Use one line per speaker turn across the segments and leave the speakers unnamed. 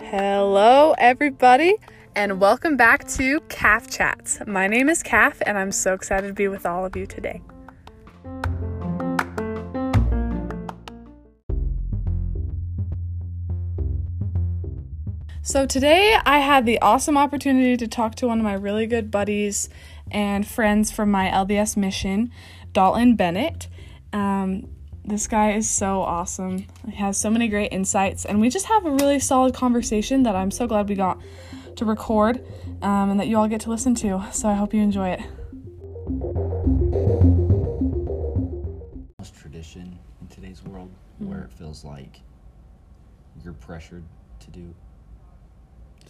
Hello, everybody, and welcome back to Calf Chats. My name is Calf, and I'm so excited to be with all of you today. So, today I had the awesome opportunity to talk to one of my really good buddies and friends from my LDS mission, Dalton Bennett. Um, this guy is so awesome. He has so many great insights, and we just have a really solid conversation that I'm so glad we got to record um, and that you all get to listen to. So, I hope you enjoy it.
lost tradition in today's world
Mm-hmm.
where it feels like you're pressured to do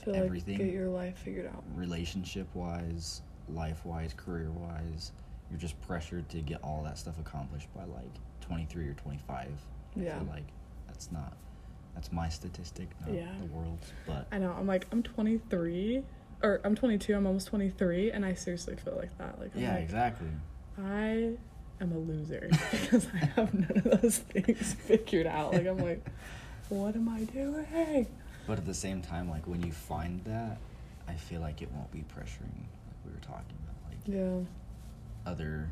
So,
like, Everything. get
your life figured out.
relationship wise, life wise, career wise. You're just pressured to get all that stuff accomplished by like 23 or 25. I
Yeah.
feel like that's not, that's my statistic, not
Yeah.
the world's. But
I know. I'm like, I'm 23, or I'm 22, I'm almost 23, and I seriously feel like that. Like, I'm
yeah,
like,
exactly.
I am a loser because I have none of those things figured out. Like, I'm like, what am I doing?
But at the same time, like when you find that, I feel like it won't be pressuring, like we were talking about. Like,
Yeah.
other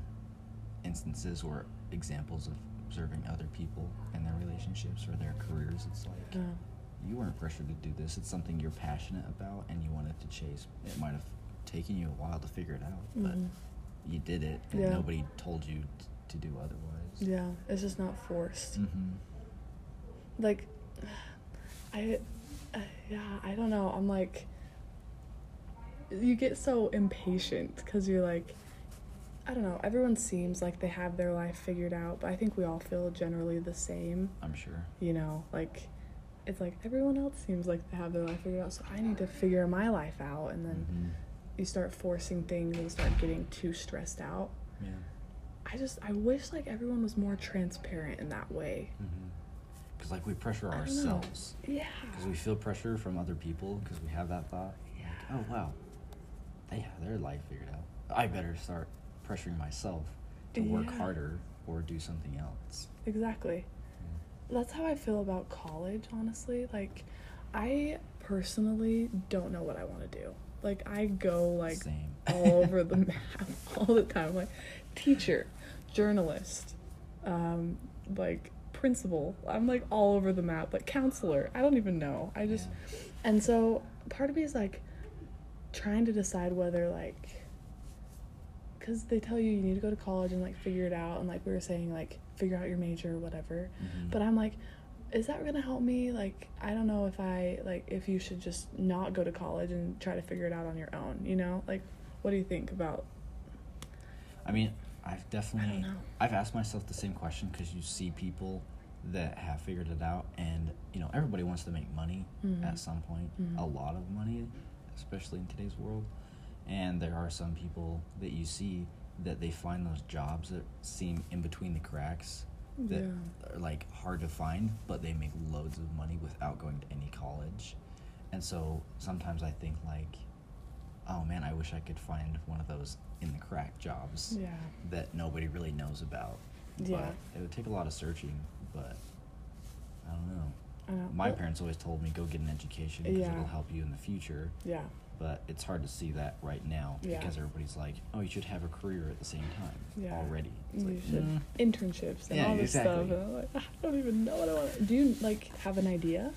instances or examples of observing other people and their relationships or their careers. It's like
Yeah.
you weren't pressured to do this. It's something you're passionate about and you wanted to chase. It might have taken you a while to figure it out, but
Mhm.
you did it, and
Yeah.
nobody told you t- to do otherwise.
Yeah. It's just not forced.
hmm
Like, I, uh, yeah, I don't know. I'm like, you get so impatient because you're like, I don't know. Everyone seems like they have their life figured out, but I think we all feel generally the same.
I'm sure.
you know, like it's like everyone else seems like they have their life figured out, so I need to figure my life out. And then
Mhm.
you start forcing things and start getting too stressed out.
Mm-hmm. Yeah.
I just I wish like everyone was more transparent in that way.
Because Mm-hmm. like we pressure
I don't know.
ourselves.
Yeah.
Because we feel pressure from other people because we have that thought.
Yeah.
Like, oh wow, they have their life figured out. I better start pressuring myself to work
Yeah.
harder or do something else.
Exactly. That's how I feel about college, honestly. Like I personally don't know what I want to do. Like I go like
Same.
all over the map all the time. Like teacher, journalist, um, like principal. I'm like all over the map. Like counselor. I don't even know. I just and so part of me is like trying to decide whether like because they tell you you need to go to college and like figure it out and like we were saying like figure out your major or whatever
Mhm.
but i'm like is that gonna help me like i don't know if i like if you should just not go to college and try to figure it out on your own you know like what do you think about
I mean, I've definitely
know.
I've asked myself the same question because you see people that have figured it out, and you know everybody wants to make money
Mm-hmm.
at some point, a lot of money, especially in today's world. And there are some people that you see that they find those jobs that seem in between the cracks that are like hard to find, but they make loads of money without going to any college. And so sometimes I think like, oh man, I wish I could find one of those in the crack jobs
yeah
that nobody really knows about.
Yeah.
But it would take a lot of searching, but I don't know.
I know.
My
Well,
parents always told me go get an education because
Yeah.
it'll help you in the future,
yeah
but it's hard to see that right now
Yeah.
because everybody's like, oh, you should have a career at the same time
Yeah.
already. It's
you
like, "Mm."
should
"Nah."
internships and
Yeah,
all this stuff
exactly.
and i'm like i don't even know what i want to do you like have an idea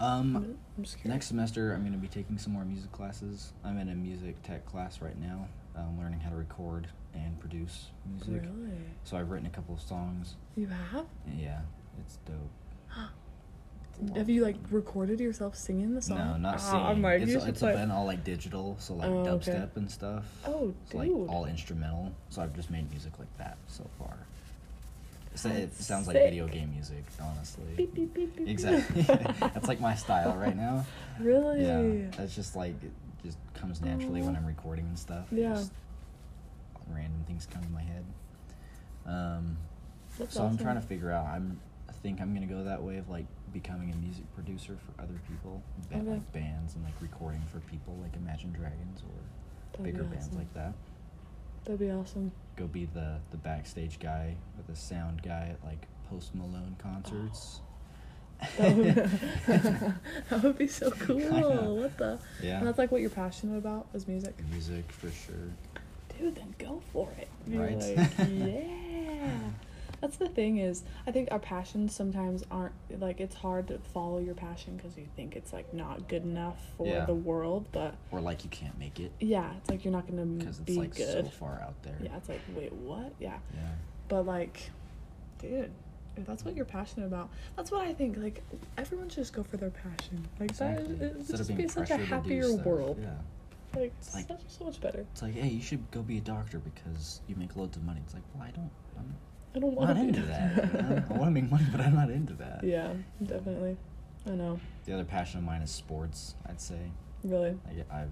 Um,
i'm just curious
Next semester, I'm going to be taking some more music classes. I'm in a music tech class right now, um, learning how to record and produce music.
really
So I've written a couple of songs.
you have
Yeah, it's dope. It's a lot
Have
of
you like
fun.
recorded yourself singing the song?
No, not
Ah,
singing.
I'm like,
it's
you
it's
should play.
been all like digital, so like
Oh, okay.
dubstep and stuff.
Oh,
It's, like
dude.
all instrumental. So I've just made music like that so far. So it
That's
sounds like video
sick.
game music, honestly.
Beep, beep, beep, beep,
Exactly.
beep.
That's like my style right now.
Really? Oh.
Yeah, that's just like it just comes naturally when I'm recording and stuff. It
Yeah.
just- random things come to my head. Um,
That's
so I'm trying to
awesome.
figure out. I'm I think I'm gonna go that way of like becoming a music producer for other people, ba-
Okay.
like bands and like recording for people like Imagine Dragons or
That'd be
bigger bands
awesome.
like that.
That'd be awesome.
Go be the the backstage guy or the sound guy at like Post Malone concerts.
That would, Oh. that would be so cool.
know.
What the?
Yeah.
And that's like what you're passionate about is music.
Music for sure.
dude, then go for it. You're
Right.
like, yeah. That's the thing is, I think our passions sometimes aren't like it's hard to follow your passion because you think it's like not good enough for
Yeah.
the world, but
Or like you can't make it
yeah, it's like you're not gonna
because it's
be
like
good.
so far out there.
yeah, it's like wait, what? Yeah,
Yeah.
but like, dude, if that's what you're passionate about. That's what I think. Like everyone should just go for their passion. Like that,
Exactly.
it would
Instead of
just
being
be such a
pressured to do
happier
stuff,
world.
Yeah.
Like,
It's like-
so, so much better.
It's like, hey, you should go be a doctor because you make loads of money. It's like, well, I don't. I'm
I don't
not
want to
into that. you know? I want to make money, but I'm not into that.
Yeah, definitely. I know.
The other passion of mine is sports. I'd say.
Really.
I, get- I've,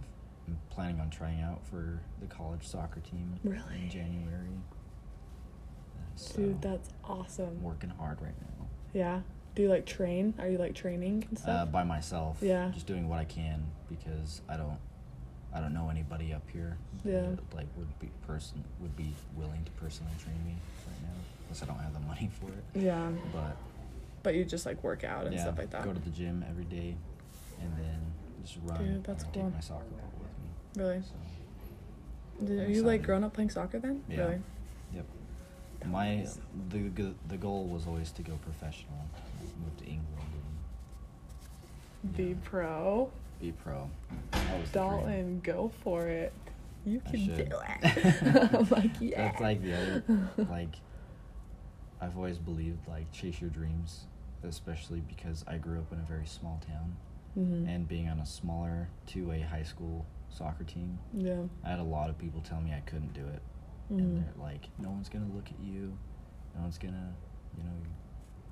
I'm planning on trying out for the college soccer team
Really?
in January. Uh, So,
Dude, that's awesome.
I'm working hard right now.
Yeah. Do you like train? Are you like training and
Uh,
stuff?
by myself.
Yeah.
Just doing what I can because I don't, I don't know anybody up here.
Yeah.
That, like would be person would be willing to personally train me right now unless I don't have the money for it.
yeah.
But
But you just like work out and
yeah,
stuff like that.
go to the gym every day, and then just run.
Dude, that's
and
cool.
Take my soccer ball with me.
really?
So.
Did, are you like growing up playing soccer then?
Yeah.
Really?
Yep.
That
My
was-
the g- the goal was always to go professional, move to England, and
Be
Yeah.
pro.
be pro. That was the dream.
Dalton, go for it. You
I
can do
should.
it. I'm like, yeah.
That's like the other like. I've always believed like chase your dreams, especially because I grew up in a very small town,
Mhm.
and being on a smaller two-way high school soccer team,
yeah.
I had a lot of people tell me I couldn't do it, and
Mhm.
they're like, no one's gonna look at you, no one's gonna, you know,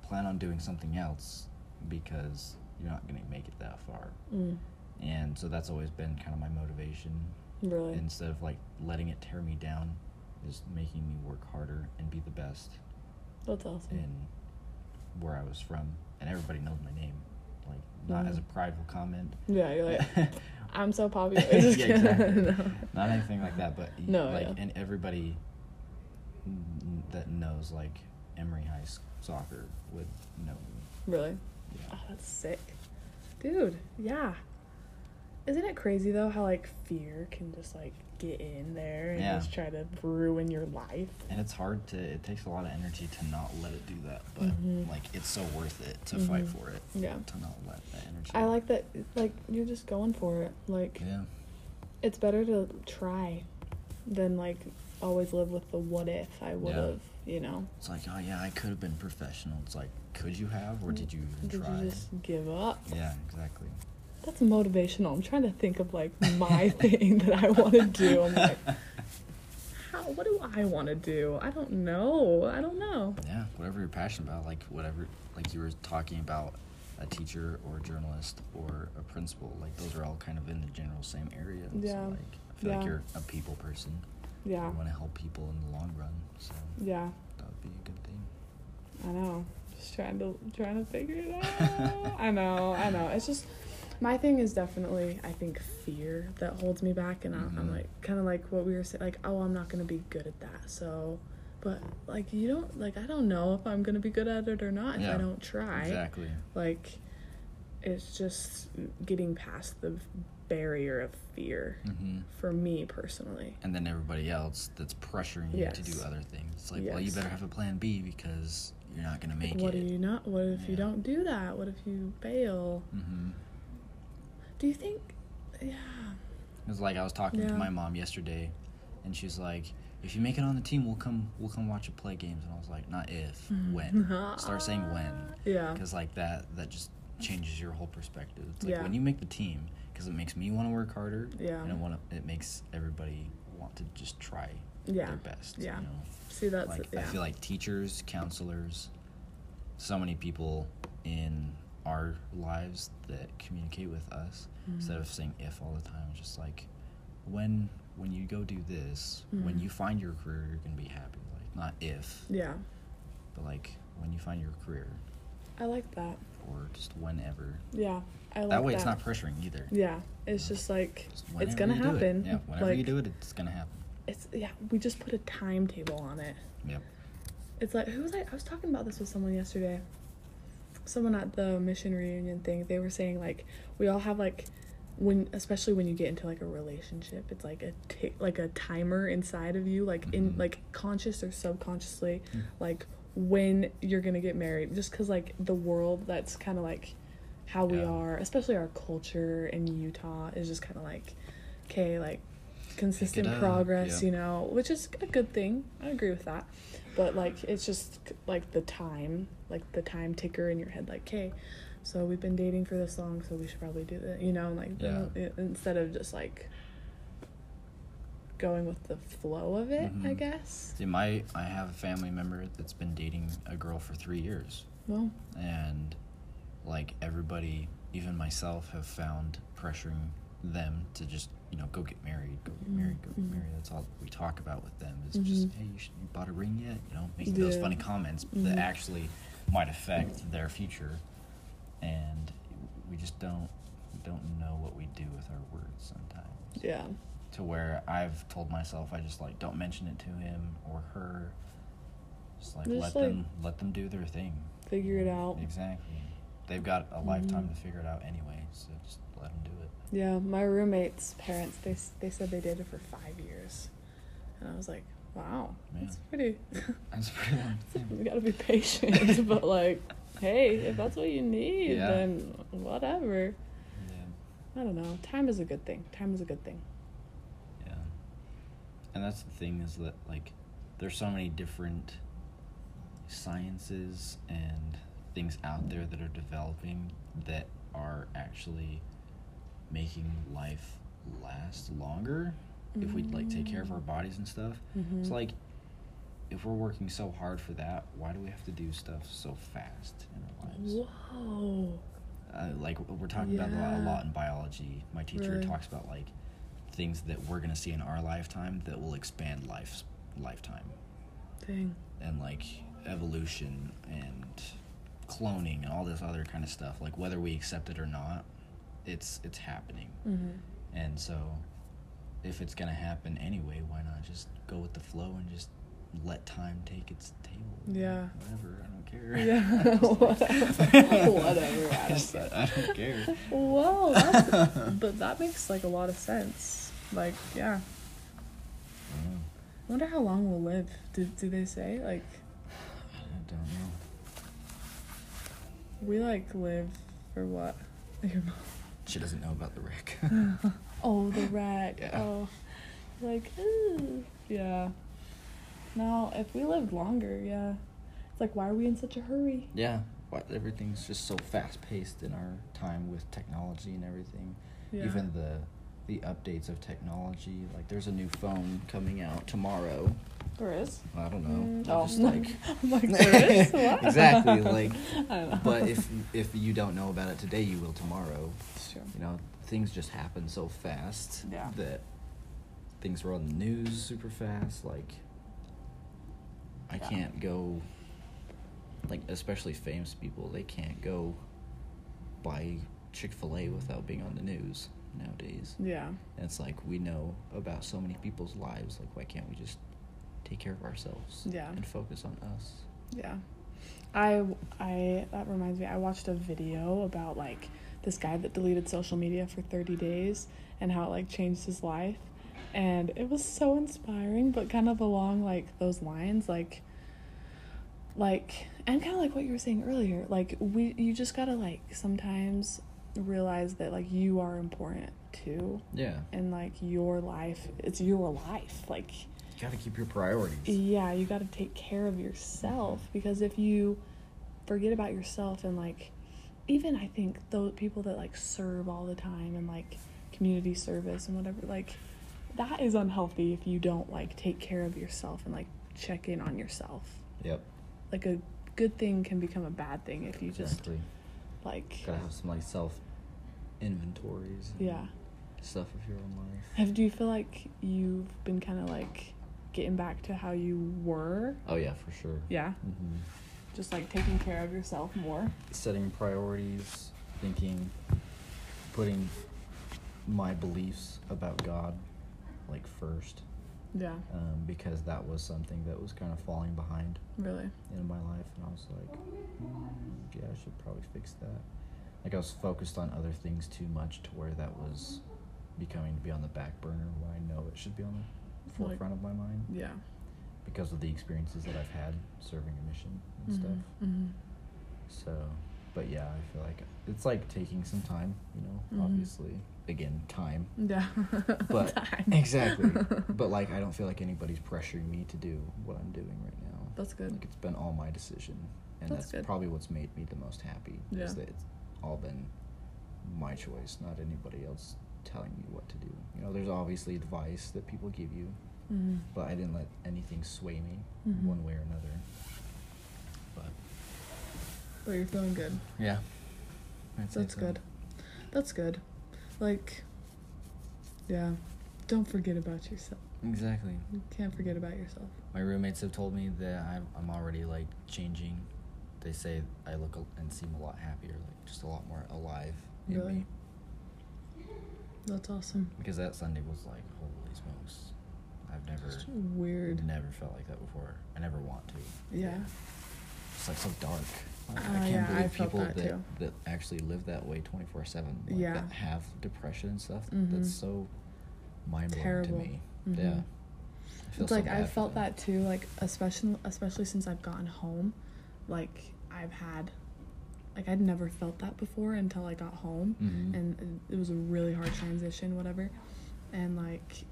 plan on doing something else because you're not gonna make it that far.
Mm.
And so that's always been kind of my motivation.
Really?
Instead of like letting it tear me down, is making me work harder and be the best
That's awesome.
in where I was from, and everybody knows my name. Like not
Mhm.
as a prideful comment.
yeah, you're like, I'm so popular.
yeah,
Just kidding.
exactly.
No.
Not anything like that, but y-
No,
like,
yeah.
and everybody n- that knows like Emory High s- soccer would know me.
Really?
Yeah.
Oh, that's sick. Dude, yeah. Isn't it crazy though how like fear can just like get in there and
Yeah.
just try to ruin your life?
And it's hard to. It takes a lot of energy to not let it do that, but
Mhm.
like it's so worth it to fight
Mhm.
for it.
Yeah.
To not let that energy.
I like that like you're just going for it. Like
Yeah.
it's better to try than like always live with the what if I would have, you know.
It's like, oh yeah, I could have been professional. It's like, could you have, or did you even
Did
try?
you just give up?
Yeah, exactly.
That's motivational. I'm trying to think of like my thing that I want to do. I'm like, how, what do I want to do? I don't know. I don't know.
Yeah, whatever you're passionate about, like whatever, like you were talking about a teacher or a journalist or a principal, like those are all kind of in the general same area.
Yeah.
So like, I feel
Yeah.
like you're a people person.
Yeah.
You want to help people in the long run, so
Yeah.
that would be a good thing.
I know. Just trying to trying to figure it out. I know. I know. It's just my thing is definitely I think fear that holds me back, and I I'm
Mhm.
like kind of like what we were saying, like oh I'm not gonna be good at that. So, but like you don't like I don't know if I'm gonna be good at it or not if I
Yeah.
don't try.
Exactly.
Like it's just getting past the barrier of fear
hmm
for me personally.
And then everybody else that's pressuring you to do
Yes.
other things. It's like, well, you
Yes.
better have a plan B because you're not gonna make
What do
it.
you not? What if you
Yeah.
don't do that? What if you fail?
hmm
Do you think? Yeah.
It was like I was talking
Yeah.
to my mom yesterday, and she's like, "If you make it on the team, we'll come. We'll come watch you play games." And I was like, "Not if,
Mm-hmm.
when. Start saying when,
Yeah.
because like that that just changes your whole perspective. It's like
Yeah.
when you make the team, because it makes me want to work harder.
Yeah.
and it want it makes everybody want to just try
Yeah.
their best.
Yeah.
you know?
See, that's
like
yeah.
I feel like teachers, counselors, so many people in our lives that communicate with us instead
Mm-hmm.
of saying if all the time, just like when when you go do this, when you find your career, you're gonna be happy. Like not if,
Mm-hmm. yeah.
but like when you find your career,
I like that.
or just whenever.
Yeah. I like
that way, it's not pressuring either.
Yeah. It's just like
Just
it's
whenever
gonna
you do it.
happen.
Yeah, whenever
like,
you do it, it's gonna happen.
It's yeah. We just put a timetable on it.
Yep.
It's like who was I? I was talking about this with someone yesterday. Someone at the mission reunion thing. They were saying like we all have like when especially when you get into like a relationship, it's like a tick like a timer inside of you, like in
Mhm.
like conscious or subconsciously,
Mm.
like when you're gonna get married. Just because like the world that's kind of like how we
Yeah.
are, especially our culture in Utah is just kind of like okay, like consistent
up,
progress,
yeah.
you know, which is a good thing. I agree with that. But like it's just like the time, like the time ticker in your head like, "Okay, so we've been dating for this long, so we should probably do that." You know, and, like
Yeah.
in- instead of just like going with the flow of it, I
Mhm.
guess.
See, my I have a family member that's been dating a girl for three years,
Well,
and like everybody, even myself, have found pressuring them to just you know go get married, go get
Mm,
married, go get
mhm.
married. That's all we talk about with them is just
Mhm.
hey, you, should, you bought a ring yet? You know, making those
Yeah.
funny comments
Mhm.
that actually might affect their future, and we just don't we don't know what we do with our words sometimes
yeah.
to where I've told myself I just like don't mention it to him or her. Just like
Just,
let
like,
them let them do their thing.
Figure it out. Mm-hmm.
Exactly. They've got a lifetime to figure it out anyway, so just let them do it.
Yeah, my roommate's parents they s- they said they dated for 5 years. And I was like, "Wow.
Yeah.
That's pretty
That's a pretty long
You
thing.
gotta be patient, but like, hey, if that's what you need,
Yeah.
then whatever.
Yeah.
I don't know. Time is a good thing. Time is a good thing.
Yeah. And that's the thing is that like there's so many different sciences and things out there that are developing that are actually making life last longer if we like take care of our bodies and stuff. It's
Mhm.
like if we're working so hard for that, why do we have to do stuff so fast in our lives?
Whoa.
uh, like we're talking about a lot, a
Yeah.
lot in biology. My teacher
Right.
talks about like things that we're gonna see in our lifetime that will expand life's lifetime,
Dang.
and like evolution and cloning and all this other kind of stuff. Like whether we accept it or not, it's it's happening,
Mm-hmm.
and so if it's gonna happen anyway, why not just go with the flow and just let time take its table?
Yeah.
Whatever. I don't care.
Mm-hmm. Yeah. Whatever, I don't
I, just-
care.
I don't care.
Whoa. That's, but that makes like a lot of sense. Like, yeah.
I
Wonder how long we'll live. Do, do they say like
don't know.
we like live for what? Your mom.
She doesn't know about the wreck.
Oh, the wreck.
Yeah.
Oh, like ooh, yeah. Now, if we lived longer, yeah, it's like why are we in such a hurry?
yeah, but everything's just so fast paced in our time with technology and everything.
Yeah.
Even the the updates of technology, like there's a new phone coming out tomorrow.
there is.
I don't know.
Mm,
I'm
oh.
just like
I'm like there is what?
exactly like.
I don't know.
But if if you don't know about it today, you will tomorrow.
It's true.
You know, things just happen so fast
Yeah.
that things were on the news super fast. Like, I
Yeah.
can't go, like, especially famous people, they can't go buy Chick fil A without being on the news nowadays.
Yeah.
And it's like, we know about so many people's lives. Like, why can't we just take care of ourselves
Yeah.
and focus on us?
Yeah. I I that reminds me I watched a video about like this guy that deleted social media for 30 days and how it like changed his life and it was so inspiring but kind of along like those lines like like and kind of like what you were saying earlier like we you just got to like sometimes realize that like you are important too
Yeah.
and like your life it's your life like
You gotta keep your priorities.
yeah, you got to take care of yourself because if you forget about yourself and like even I think those people that like serve all the time and like community service and whatever like that is unhealthy if you don't like take care of yourself and like check in on yourself.
Yep.
Like a good thing can become a bad thing if you just
Exactly.
like
Gotta have some, like, self inventories. and
yeah.
Stuff of your own life.
Have do you feel like you've been kind of like getting back to how you were?
Oh yeah, for sure.
Yeah.
hmm
Just like taking care of yourself more.
Setting priorities, thinking, putting my beliefs about God like first,
Yeah.
um, because that was something that was kind of falling behind
Really.
in my life, and I was like, "Mm, yeah, I should probably fix that. Like I was focused on other things too much to where that was becoming to be on the back burner where I know it should be on the
Like-
forefront of my mind
Yeah.
because of the experiences that I've had serving a mission and stuff.
hmm
So, but yeah, I feel like it's like taking some time, you know,
Mhm.
obviously. Again, time.
Mm-hmm. Yeah.
But
Time.
exactly. but like I don't feel like anybody's pressuring me to do what I'm doing right now.
That's good.
Like it's been all my decision and
That's
that's,
good.
probably what's made me the most happy
Yeah.
is that it's all been my choice, not anybody else telling me what to do. You know, there's obviously advice that people give you,
Mhm.
but I didn't let anything sway me
Mhm.
one way or another. But
But you're feeling good.
yeah. I'd say
That's
so.
good. That's good. Like, yeah. Don't forget about yourself.
Exactly.
You can't forget about yourself.
My roommates have told me that I'm, I'm already like changing. They say I look al- and seem a lot happier, like just a lot more alive in
Really?
me.
That's awesome.
Because that Sunday was like, holy smokes, I've never,
Just weird.
never felt like that before. I never want to.
Yeah.
It's like so dark. Like,
Oh,
I can't
yeah, I
believe
felt
people
that
that that,
too.
actually live that way twenty four seven. Like
Yeah.
that have depression and stuff.
Mhm.
That's so mind blowing to
Terrible.
me.
Mhm.
Yeah. I feel
It's
so
like
bad
I
for
felt
them.
that too. Like especially especially since I've gotten home, like I've had, like I'd never felt that before until I got home,
Mhm.
and it was a really hard transition, whatever, and like,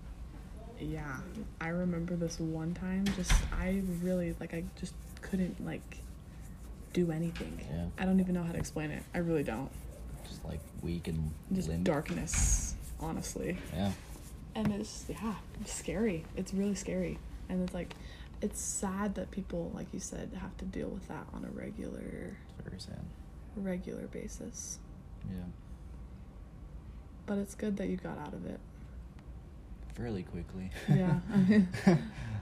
yeah, I remember this one time. Just I really like I just couldn't like do anything.
Yeah.
I don't even know how to explain it. I really don't.
Just like weak and
Just
limp.
darkness, honestly.
Yeah.
and it's yeah it's scary it's really scary and it's like it's sad that people like you said have to deal with that on a regular
Very sad.
regular basis
Yeah.
but it's good that you got out of it
Fairly quickly.
yeah I mean,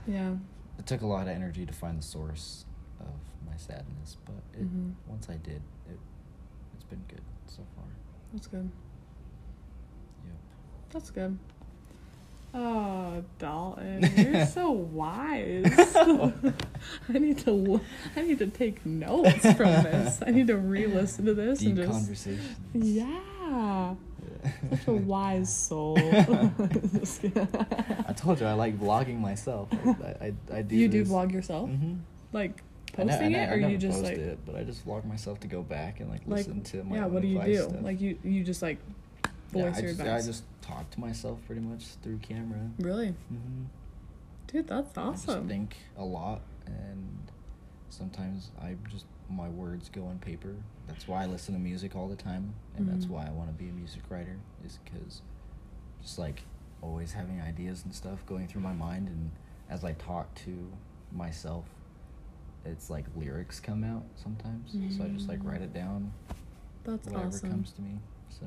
yeah
It took a lot of energy to find the source of my sadness, but it,
Mhm.
once I did, it it's been good so far.
that's good
Yep.
that's good oh dalton you're so wise i need to l- i need to take notes Oh, from this i need to re-listen to this
Deep
and just
conversations.
yeah
Yeah.
Such a wise soul. Just kidding.
I told you I like vlogging myself. I, I, I do.
you do
this-
vlog yourself,
Mhm.
like
I ne- I
posting
ne-
it,
I
or
never
you just
post
like,
it, but I just vlog myself to go back and like,
like,
listen to my
yeah.
own
What do you
advice
do?
stuff.
Like you, you just like
Yeah,
voice
I
your
just,
advice.
I just talk to myself pretty much through camera.
really,
hmm
dude, that's
I just
awesome.
think a lot, and sometimes I just my words go on paper. That's why I listen to music all the time, and that's
Mhm.
why I want to be a music writer. Is because just like always having ideas and stuff going through my mind, and as I talk to myself, it's like lyrics come out sometimes. So I just like write it down,
Mm. That's
whatever
awesome.
comes to me. So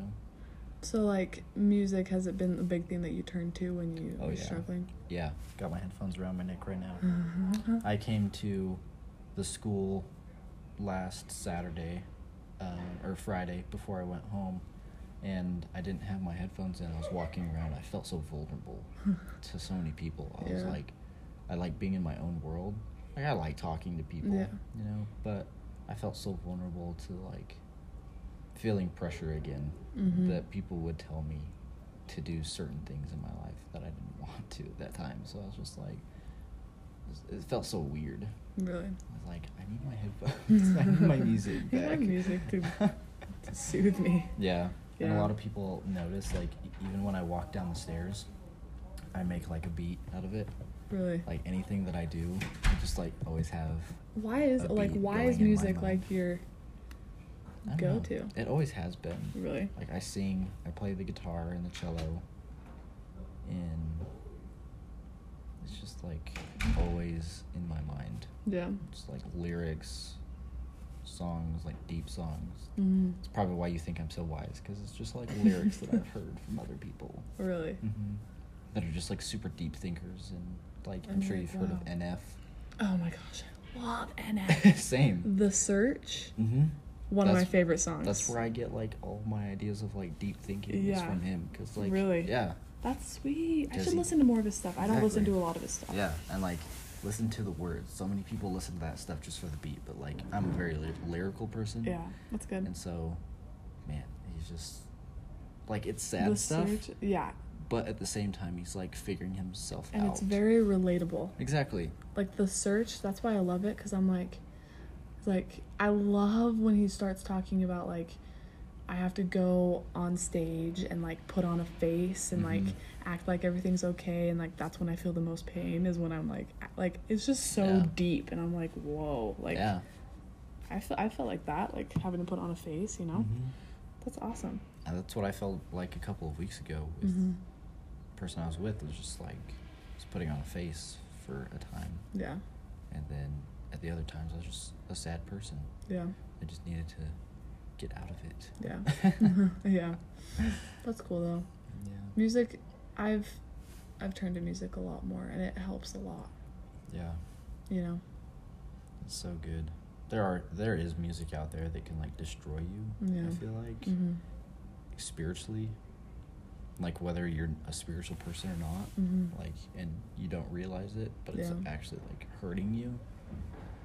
So like, music has it been a big thing that you turn to when you
Oh,
are
yeah.
struggling?
yeah, got my headphones around my neck right now. I came to the school last Saturday um, or Friday before I went home, and I didn't have my headphones in. I was walking around. I felt so vulnerable to so many people. I was
Yeah.
like, I like being in my own world. Like I like talking to people,
Yeah.
you know. But I felt so vulnerable to like feeling pressure again
Mhm.
that people would tell me to do certain things in my life that I didn't want to at that time. So I was just like, it felt so weird.
really,
I was like, I need my headphones. I need my music
You need my
back.
music to- to soothe me.
yeah. And
Yeah.
a lot of people notice, like, e- even when I walk down the stairs, I make like a beat out of it.
Really.
Like anything that I do, I just like always have.
why is
a
like
beat
why
going
is
in my
music
mind.
like your
I don't
go
know.
to?
It always has been.
Really?
Like I sing, I play the guitar and the cello, and it's just like always in my mind.
Yeah.
It's like lyrics, songs, like deep songs.
Mm-hmm.
It's probably why you think I'm so wise, because it's just like lyrics that I've heard from other people
Really.
hmm that are just like super deep thinkers, and like I'm
I'm
sure
like,
you've heard of
wow.
NF.
Oh my gosh, I love NF.
Same.
the Search,
Mm-hmm.
one of my
That's-
favorite songs.
That's where I get like all my ideas of like deep thinking is
Yeah.
from him, because like
Really?
yeah,
That's sweet. I
Does
should
he-
listen to more of his stuff. I don't listen to
Exactly.
a lot of his stuff.
Yeah, and like listen to the words. So many people listen to that stuff just for the beat, but like I'm a very ly- lyrical person.
Yeah, that's good.
And so, man, he's just like it's sad
The
stuff,
surge- yeah,
but at the same time he's like figuring himself
and
out.
it's very relatable.
exactly.
Like the search, that's why I love it because I'm like, like I love when he starts talking about like, I have to go on stage and like put on a face and
Mhm.
like act like everything's okay and like that's when I feel the most pain is when I'm like a- like it's just so
Yeah.
deep and I'm like whoa like
yeah.
I feel I felt like that like having to put on a face you know
Mhm.
that's awesome
And that's what I felt like a couple of weeks ago with
Mhm.
the person I was with. It was just like was putting on a face for a time,
yeah
and then at the other times I was just a sad person.
yeah
I just needed to get out of it.
Yeah. Mm-hmm. yeah. That's cool though.
Yeah.
Music I've I've turned to music a lot more and it helps a lot,
Yeah.
you know.
It's so good. There are there is music out there that can like destroy you.
Yeah.
I feel like
Mhm.
spiritually, like whether you're a spiritual person or not,
Mhm.
like and you don't realize it, but it's
Yeah.
actually like hurting you.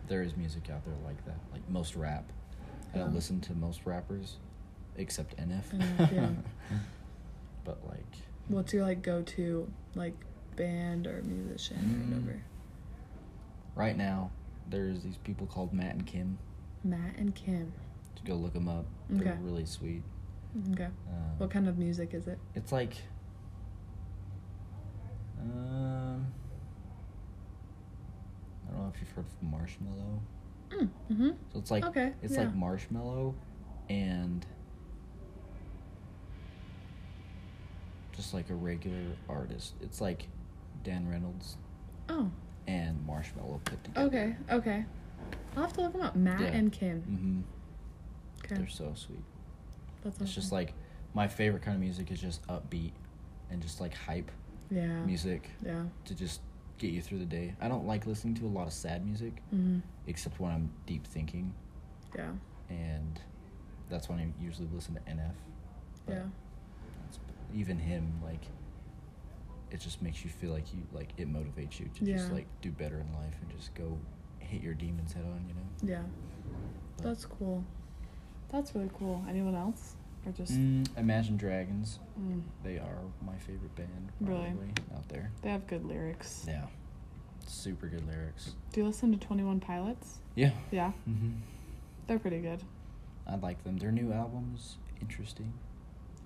There is music out there like that. Like most rap, I don't
Yeah.
listen to most rappers, except NF.
NF, yeah.
but like,
What's your like go-to like band or musician
Mm.
or whatever?
right now, there's these people called Matt and Kim.
Matt and Kim.
To go look them up. They're
Okay.
really sweet.
Okay.
Um,
What kind of music is it?
It's like, um, I don't know if you've heard of marshmallow.
Mm. Mhm.
So it's like
Okay,
it's
yeah.
like marshmallow and just like a regular artist. It's like Dan Reynolds
Oh.
and Marshmallow put together.
Okay. Okay. I'll have to look them up. Matt
Yeah.
and Kim.
Mhm.
Okay.
They're so sweet.
That's awesome.
It's just like my favorite kind of music is just upbeat and just like hype
yeah.
music.
Yeah.
to just get you through the day. I don't like listening to a lot of sad music,
Mhm.
except when I'm deep thinking,
Yeah.
and that's when I usually listen to NF. But
Yeah.
that's- even him, like, it just makes you feel like you like it motivates you to just
Yeah.
like do better in life and just go hit your demons head on, you know.
Yeah.
But-
That's cool. That's really cool. Anyone else? Or just
Mm, Imagine Dragons.
Mm.
They are my favorite band
Really?
probably out there.
They have good lyrics.
Yeah, super good lyrics.
Do you listen to Twenty One Pilots?
Yeah.
Yeah,
hmm
they're pretty good.
I like them. Their new album is interesting.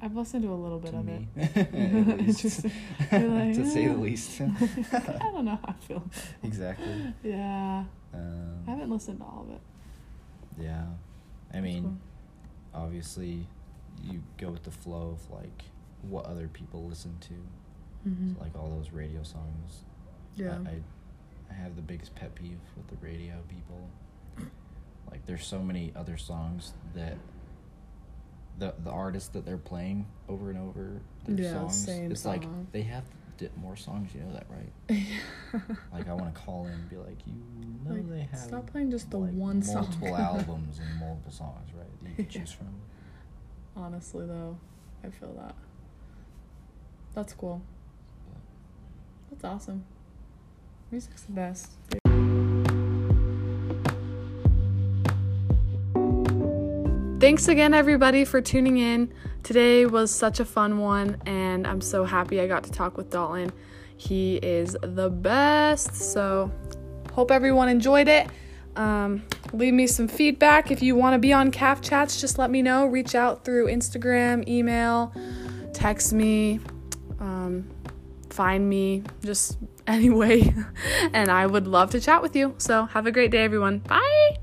I've listened to a little bit
to
of
me,
it.
at least.
Interesting. You're like,
to say the
"Ah."
least.
I don't know how I feel. about it.
Exactly.
Yeah,
Um,
I haven't listened to all of it.
Yeah, I
That's
mean,
cool.
obviously, you go with the flow of like what other people listen to,
Mhm.
so, like all those radio songs.
yeah,
I, I, I have the biggest pet peeve with the radio people. Like, there's so many other songs that. The, the artists that they're playing over and over their
Yeah,
songs
same
it's
song.
like they have di- more songs you know that right Like I want to call in and be like, you know
Like,
they have
stop playing just the
like,
one song."
multiple albums and multiple songs, right? That you can
Yeah.
choose from.
Honestly, though, I feel that. That's cool. That's awesome. Music's the best. Thanks again, everybody, for tuning in. Today was such a fun one, and I'm so happy I got to talk with Dalton. He is the best, so hope everyone enjoyed it. Um, leave me some feedback. If you want to be on Calf Chats, just let me know. Reach out through Instagram, email, text me. Um, find me just anyway and i would love to chat with you so have a great day everyone bye